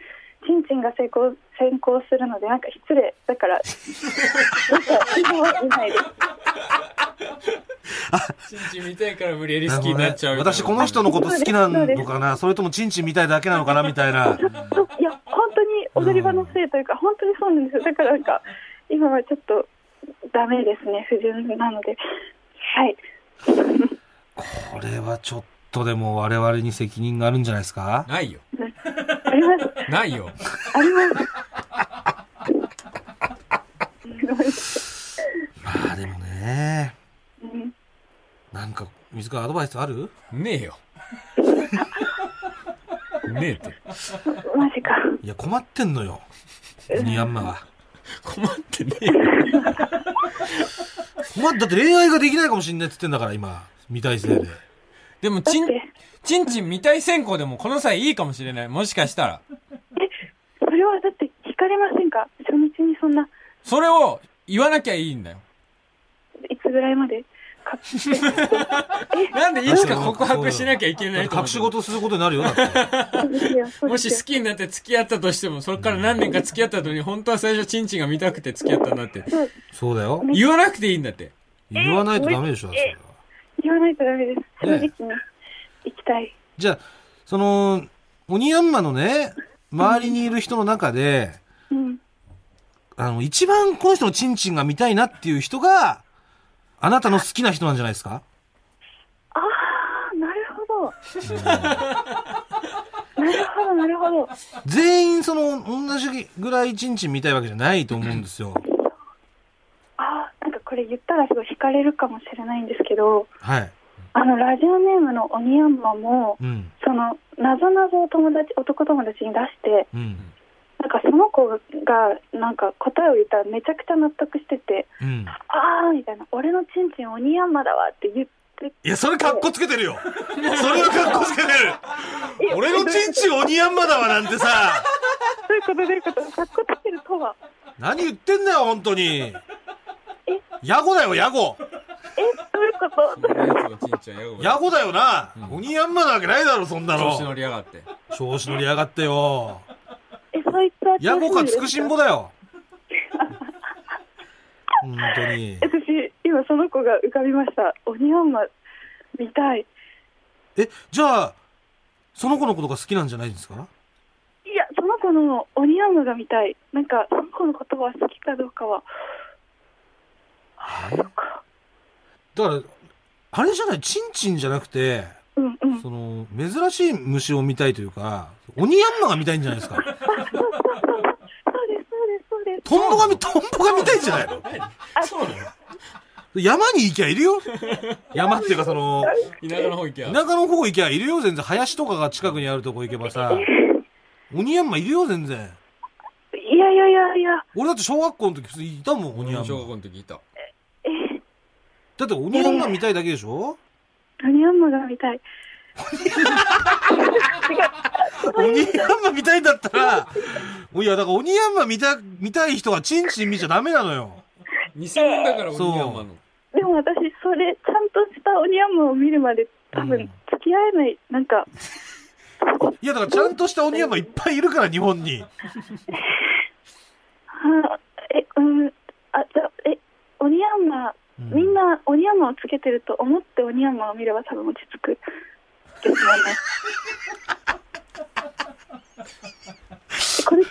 Speaker 7: ちんちんが成功先行するのでなんか失礼だからなんか今はいないです
Speaker 1: ちんちん見たいから無理や
Speaker 2: え
Speaker 1: り好きになっちゃうみたいな。
Speaker 2: 私この人のこと好きな
Speaker 7: そうで
Speaker 2: の
Speaker 7: す
Speaker 2: かなそれともチンチンみたいだけなのかなみたいな。
Speaker 7: そういや本当に踊り場のせいというか本当にそうなんですよだからなんか今はちょっとダメですね不純なのではい
Speaker 2: これはちょっとでも我々に責任があるんじゃないですか
Speaker 1: ないよ。
Speaker 7: あります
Speaker 1: ないよ。
Speaker 7: あります
Speaker 2: まあでもね。
Speaker 7: うん
Speaker 2: なんか、水川アドバイスある
Speaker 1: ねえよ。ねえって。
Speaker 7: マジか。
Speaker 2: いや、困ってんのよ。ニヤンマが。
Speaker 1: 困ってねえよ。
Speaker 2: 困っだって恋愛ができないかもしんないって言ってんだから、今。見たいせいで。
Speaker 1: でも、
Speaker 7: だっ
Speaker 1: ちん、
Speaker 7: て、
Speaker 1: ちんちん未体選考でもこの際いいかもしれない。もしかしたら。
Speaker 7: それはだって惹かれませんか初日にそんな、
Speaker 1: それを言わなきゃいいんだよ。
Speaker 7: いつぐらいまで か
Speaker 1: なんでいつか告白しなきゃいけないと思
Speaker 2: 隠
Speaker 1: う
Speaker 2: し事することになるよ、だって。
Speaker 7: そうですよそう
Speaker 1: も
Speaker 7: で
Speaker 1: し
Speaker 7: す
Speaker 1: 好
Speaker 7: よ
Speaker 1: きになって付き合ったとしても、それから何年か付き合ったのに、本当は最初チンチンが見たくて付き合ったんだって。
Speaker 2: そうだよ。
Speaker 1: 言わなくていいんだって。
Speaker 2: 言わないとダメでしょ、それは。
Speaker 7: 言わないとダメです。正直
Speaker 2: ね
Speaker 7: に行きたい。
Speaker 2: じゃあ、その、鬼ヤンマのね、周りにいる人の中で、
Speaker 7: うん。
Speaker 2: あの、一番この人のチンチンが見たいなっていう人が、あなたの好きな人なんじゃないですか
Speaker 7: ああ、なるほど。なるほど、なるほど。
Speaker 2: 全員その、同じぐらいチンチン見たいわけじゃないと思うんですよ。
Speaker 7: ああ、なんかこれ言ったらすごい惹かれるかもしれないんですけど、
Speaker 2: はい。
Speaker 7: あの、ラジオネームの鬼ヤンマも、
Speaker 2: うん。
Speaker 7: その、なぞなぞを友達、男友達に出して、
Speaker 2: うん。
Speaker 7: なんかその子が、なんか答えを言ったらめちゃくちゃ納得してて、
Speaker 2: うん。
Speaker 7: ああ、みたいな、俺のチンチン鬼ヤンマだわって言って、
Speaker 2: いや、それ格好つけてるよ。それは格好つけてる。俺のチンチン鬼ヤンマだわなんてさ、
Speaker 7: どういうことどういうこと格好つけるとは。
Speaker 2: 何言ってんだよ、本当に。ヤゴだよ、ヤゴ。
Speaker 7: え、どういうこと
Speaker 1: やつがチンチンや
Speaker 2: ヤゴだよな。鬼ヤンマなわけないだろ、そんな
Speaker 1: 調子乗
Speaker 2: の。
Speaker 1: りやがって。
Speaker 2: 調子乗りやがってよ。
Speaker 7: え、そいつは
Speaker 2: ヤゴかつくしんぼだよ。本当に。
Speaker 7: 私、今その子が浮かびました。鬼ヤンマ見たい。
Speaker 2: え、じゃあ、その子のことが好きなんじゃないですか
Speaker 7: いや、その子の鬼ヤンマが見たい。なんか、その子のことは好きかどうかは。
Speaker 2: だから、あれじゃない、チンチンじゃなくて、
Speaker 7: うんうん。
Speaker 2: その、珍しい虫を見たいというか、鬼ヤンマが見たいんじゃないですか。
Speaker 7: そうです、そうです、そう
Speaker 2: トンボが見、トンボが見たいんじゃないの
Speaker 1: そうだよ。
Speaker 2: 山に行きゃいるよ。山っていうかその、
Speaker 1: 田舎の方行け
Speaker 2: 田
Speaker 1: ば。
Speaker 2: 舎の方行きゃいるよ、全然。林とかが近くにあるとこ行けばさ、鬼ヤンマいるよ、全然。
Speaker 7: です。いやいやいやいや、
Speaker 2: 俺だって小学校の時普通にいたもん、鬼
Speaker 1: 俺
Speaker 2: ヤ
Speaker 1: も
Speaker 2: ン
Speaker 1: 小学校
Speaker 2: マ。
Speaker 1: の時いた。
Speaker 2: だって鬼ヤンマ見たいだけでしょ
Speaker 7: 鬼ヤンマが見たい。
Speaker 2: 鬼ヤンマ見たいんだったら、いや、だから鬼ヤンマ見た、見たい人はチンチン見ちゃダメなのよ。
Speaker 1: 偽物だから鬼
Speaker 2: そう
Speaker 1: ヤンマの。
Speaker 7: でも私、それ、ちゃんとした鬼ヤンマを見るまで、多
Speaker 2: う
Speaker 7: 分
Speaker 2: ん、
Speaker 7: 付き合えない、なんか、
Speaker 2: いや、だからちゃんとした鬼ヤンマいっぱいいるから、日本に。
Speaker 7: はあ、え、うん、あ、じゃあえ、鬼ヤンマ、みんな鬼ヤンマをつけてると思って鬼ヤンマを見れば多分落ち着 く。ですよね。えこれ、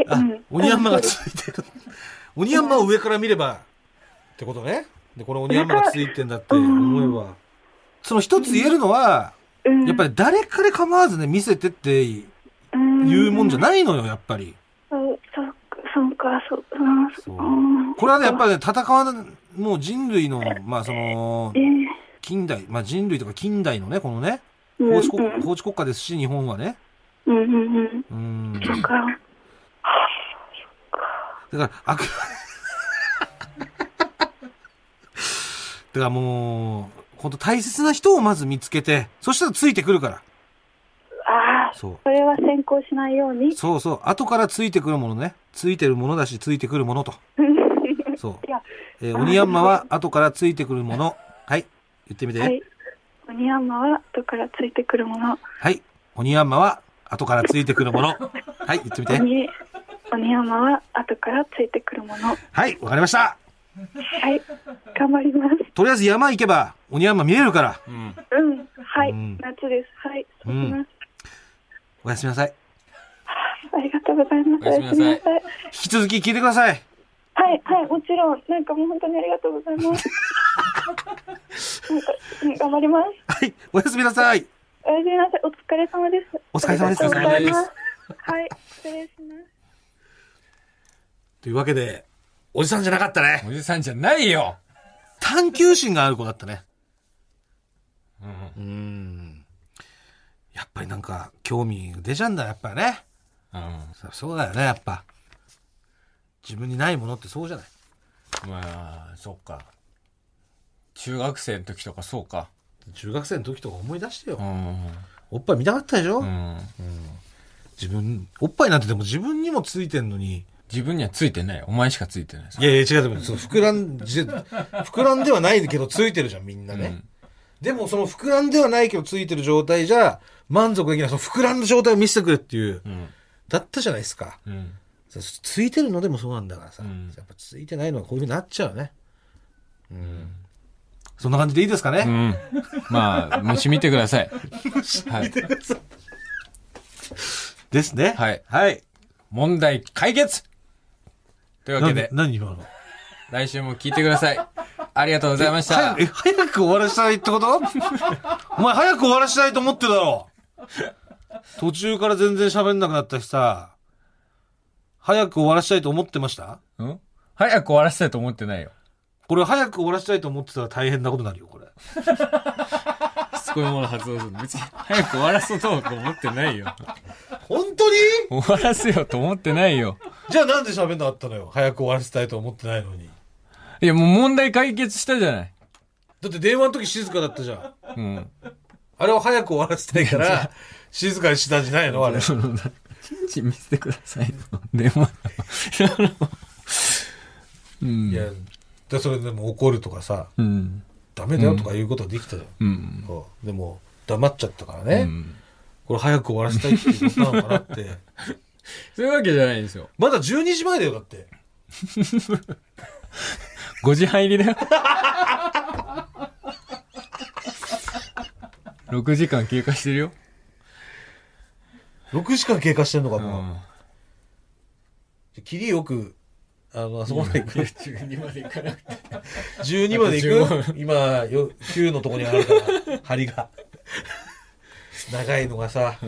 Speaker 7: え、
Speaker 2: あ
Speaker 7: うん。、
Speaker 2: 鬼ヤンマがついてる。鬼ヤンマを上から見れば、ってことね。で、この鬼ヤンマがついてんだって思えば。その一つ言えるのは、
Speaker 7: うん、
Speaker 2: やっぱり誰かで構わずね、見せてってい
Speaker 7: うん、
Speaker 2: うもんじゃないのよ、やっぱり。
Speaker 7: そう、そう、そうか、そう、うん、
Speaker 2: そう
Speaker 7: うん
Speaker 2: これはね、やっぱりね、戦わな、もう人類の、まあその
Speaker 7: え、ー
Speaker 2: 近代、まあ人類とか近代のね、このね、
Speaker 7: うん
Speaker 2: 法治国
Speaker 7: うん
Speaker 2: 法治国家ですし、日本はね。
Speaker 7: うんうんうん。
Speaker 2: うん。
Speaker 7: そ
Speaker 2: だ
Speaker 7: っか。
Speaker 2: から、あく、だからもう、本当大切な人をまず見つけて、そしたらついてくるから。
Speaker 7: ああ、
Speaker 2: そ
Speaker 7: これは先行しないように
Speaker 2: う。。そうそう。後からついてくるものね。ついてるものだし、ついてくるものと。そう。
Speaker 7: いや、
Speaker 2: えー、鬼ヤンマは後からついてくるもの。はい。言ってみて。
Speaker 7: はい。鬼ヤンマは後からついてくるもの。
Speaker 2: はい。鬼ヤンマは後からついてくるもの。はい。言ってみて。
Speaker 7: 鬼、鬼山は後からついてくるもの。は
Speaker 2: はい。わかりました。
Speaker 7: い。頑張ります。
Speaker 2: とりあえず山行けば、鬼ヤンマ見れるから。
Speaker 1: うん。
Speaker 7: うん。はい。
Speaker 2: うん
Speaker 7: 夏です。はい。そうします。
Speaker 2: おやすみなさい。
Speaker 7: ありがとうございます。
Speaker 1: おやすみなさい
Speaker 7: おやすい。
Speaker 2: 引き続き聞いてください。
Speaker 7: はい、はい、もちろん。なんかもう本当にありがとうございます。なんか、うん頑張ります。
Speaker 2: はい。おやすみなさい。
Speaker 7: おやすみなさい。お疲れ様です。
Speaker 2: お疲れ様です
Speaker 7: ありがとうございます。はい。失礼します。
Speaker 2: というわけで、おじさんじゃなかったね。
Speaker 1: おじさんじゃないよ
Speaker 2: 探求心がある子だったね。
Speaker 1: うん。
Speaker 2: うーん。やっぱりなんか、興味出ちゃうんだ、やっぱりね。
Speaker 1: うん。
Speaker 2: そそうだよね、やっぱ。自分にないものってそうじゃない。
Speaker 1: まあ、そっか。中学生の時とかそうか。
Speaker 2: 中学生の時とか思い出してよ。
Speaker 1: ん。
Speaker 2: おっぱい見たかったでしょ、
Speaker 1: うん。
Speaker 2: 自分、おっぱいなんてでも自分にもついてんのに。
Speaker 1: 自分にはついてない。お前しかついてない。
Speaker 2: いやいや、違う、でも、その膨らん、じ膨らんではないけどついてるじゃん、みんなね。でも、その膨らんではないけどついてる状態じゃ、満足できない、その膨らんだ状態を見せてくれっていう、
Speaker 1: ん
Speaker 2: だったじゃないですか。
Speaker 1: うん。
Speaker 2: そうついてるのでもそうなんだからさ、
Speaker 1: ん
Speaker 2: やっぱついてないのはこういうふうになっちゃうね。うん。そんな感じでいいですかね、
Speaker 1: うん。まあ、虫見てくだ さい。はい。
Speaker 2: ですね。
Speaker 1: はい
Speaker 2: はい。
Speaker 1: 問題解決というわ
Speaker 2: な
Speaker 1: け
Speaker 2: んで
Speaker 1: で、
Speaker 2: 何今の
Speaker 1: 来週も聞いてください。ありがとうございました
Speaker 2: は。え早く終わらせたいってこと お前早く終わらせたいと思ってるだろ途中から全然喋んなくなったしさ、早く終わらせたいと思ってました
Speaker 1: うん早く終わらせたいと思ってないよ。
Speaker 2: これ早く終わらせたいと思ってたら大変なことになるよ、これ。
Speaker 1: しつこいもの発動する。別に早く終わらそうと思ってないよ。
Speaker 2: 本当に
Speaker 1: 終わらせようと思ってないよ。
Speaker 2: じゃあなんで喋んなかったのよ。早く終わらせたいと思ってないのに。
Speaker 1: いや、もう問題解決したじゃない。
Speaker 2: だって電話の時静かだったじゃん。
Speaker 1: うん。
Speaker 2: あれを早く終わらせたいから、静かにしたんじゃないのあれ。
Speaker 1: その、 チンチン見せてくださいの。でも、うん。
Speaker 2: いや、でそれでも怒るとかさ、
Speaker 1: うん。
Speaker 2: ダメだよとか言うことはできたじゃん。
Speaker 1: うん。
Speaker 2: そうでも、黙っちゃったからね。
Speaker 1: うん
Speaker 2: これ早く終わらせたいっていうことなのかなって。
Speaker 1: そういうわけじゃないん ですよ。
Speaker 2: まだ12時前だよ、だって。
Speaker 1: 5時半入りだよ。6時間経過してるよ。
Speaker 2: 6時間経過してんのか、
Speaker 1: う
Speaker 2: もう。
Speaker 1: ん。
Speaker 2: キリよく、あの、あそこまで行く。
Speaker 1: 12まで行かなくて。
Speaker 2: 12まで行く今、よ9のとこにあるから、針が。長いのがさ、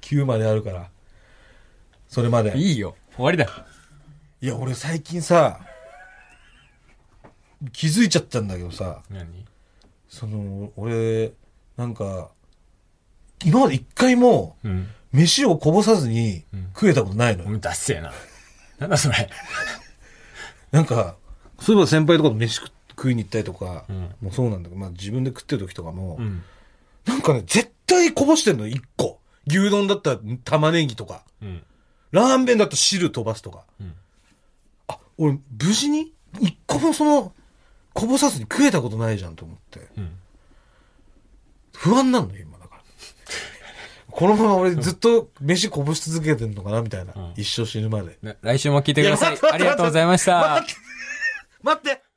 Speaker 2: 9まであるから。それまで。
Speaker 1: いいよ。終わりだ。
Speaker 2: いや、俺最近さ、気づいちゃったんだけどさ、
Speaker 1: 何
Speaker 2: その、俺、なんか、今まで一回も、
Speaker 1: うん。
Speaker 2: 飯をこぼさずに食えたことないのよ。
Speaker 1: うん、だっせえな。なんだそれ。
Speaker 2: なんか、そういえば先輩とかと飯食食いに行ったりとか、
Speaker 1: ん
Speaker 2: もうそうなんだけど、まあ自分で食ってる時とかも、
Speaker 1: うん。
Speaker 2: なんかね、絶対こぼしてんのよ、一個。牛丼だったら玉ねぎとか、
Speaker 1: うん。
Speaker 2: ラーメンだったら汁飛ばすとか。
Speaker 1: うん
Speaker 2: あ、俺、無事に一個もその、こぼさずに食えたことないじゃんと思って。
Speaker 1: うん。
Speaker 2: 不安なのよ、今だから。このまま俺ずっと飯こぼし続けてんのかなみたいな。
Speaker 1: ん
Speaker 2: 一生死ぬまで。
Speaker 1: な来週も聞いてください
Speaker 2: いや。待
Speaker 1: あ
Speaker 2: っ
Speaker 1: り
Speaker 2: て待
Speaker 1: が
Speaker 2: って
Speaker 1: とうございました。
Speaker 2: 待って